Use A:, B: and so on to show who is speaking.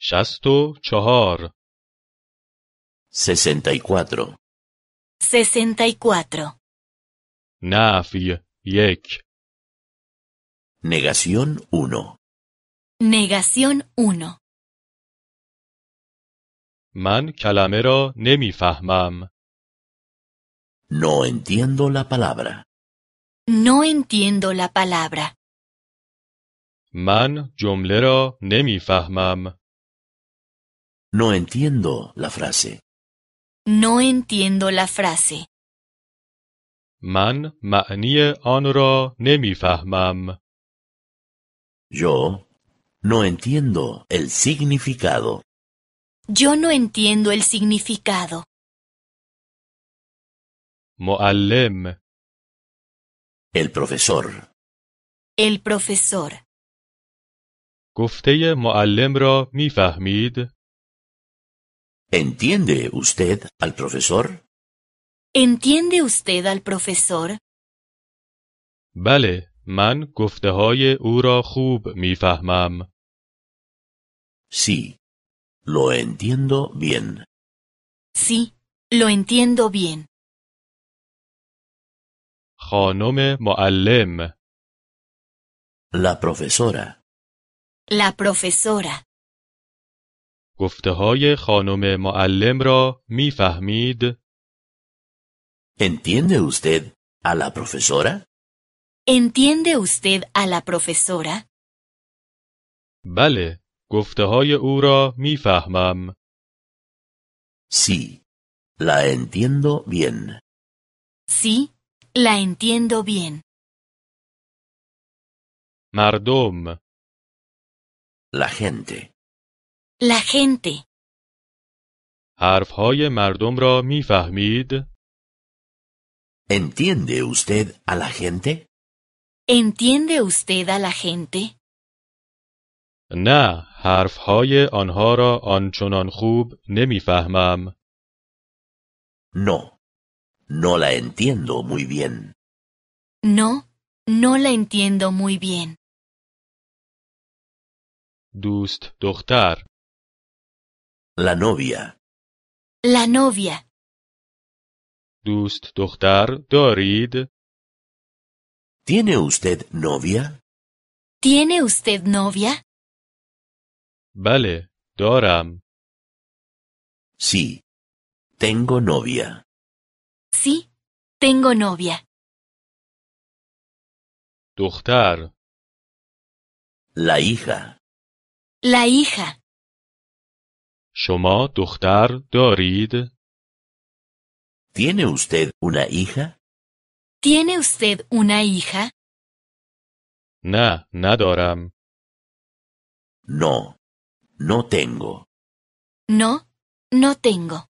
A: شست و چهار
B: 64.
C: 64.
A: نفی یک
B: Negación 1.
C: Negación 1.
A: من کلمه را نمیفهمم.
B: No entiendo la palabra.
C: No entiendo la palabra.
A: من جمله را نمیفهمم.
B: No entiendo la frase.
C: No entiendo la frase.
A: من معنی آن را نمیفهمم.
B: Yo no entiendo el significado.
C: Yo no entiendo el significado.
A: معلم
B: El profesor.
C: El profesor.
A: گفته معلم را میفهمید؟
B: ¿Entiende usted al profesor?
C: ¿Entiende usted al profesor?
A: بله، من گفته های او را خوب میفهمم.
B: Sí. Lo entiendo bien.
C: Sí, lo entiendo bien.
A: خانم معلم،
B: La profesora.
C: La profesora.
A: گفته های خانم معلم را میفهمید؟
B: ¿Entiende usted a la profesora?
C: ¿Entiende usted a la profesora?
A: بله، گفته های او را میفهمم.
B: Sí. La entiendo bien.
C: Sí, la entiendo bien.
A: مردم،
B: La gente.
C: La gente.
A: حرف های مردم را میفهمید؟
B: ¿Entiende usted a la gente?
C: ¿Entiende usted a la gente?
A: نه، حرف های آنها را آنچنان خوب نمیفهمم.
B: No. No la entiendo muy bien.
C: No, no la entiendo muy bien.
A: دوست دختر،
B: La novia.
C: La novia.
A: دوست دختر دارید؟
B: ¿Tiene usted novia?
C: ¿Tiene usted novia?
A: بله، دارم.
B: Sí. Tengo novia.
C: Sí, tengo novia.
A: دختر،
B: La hija.
C: La hija.
A: شما دختر دارید؟
B: ¿Tiene usted una hija?
C: ¿Tiene usted una hija?
A: نه، ندارم.
B: No. No tengo.
C: No, no tengo.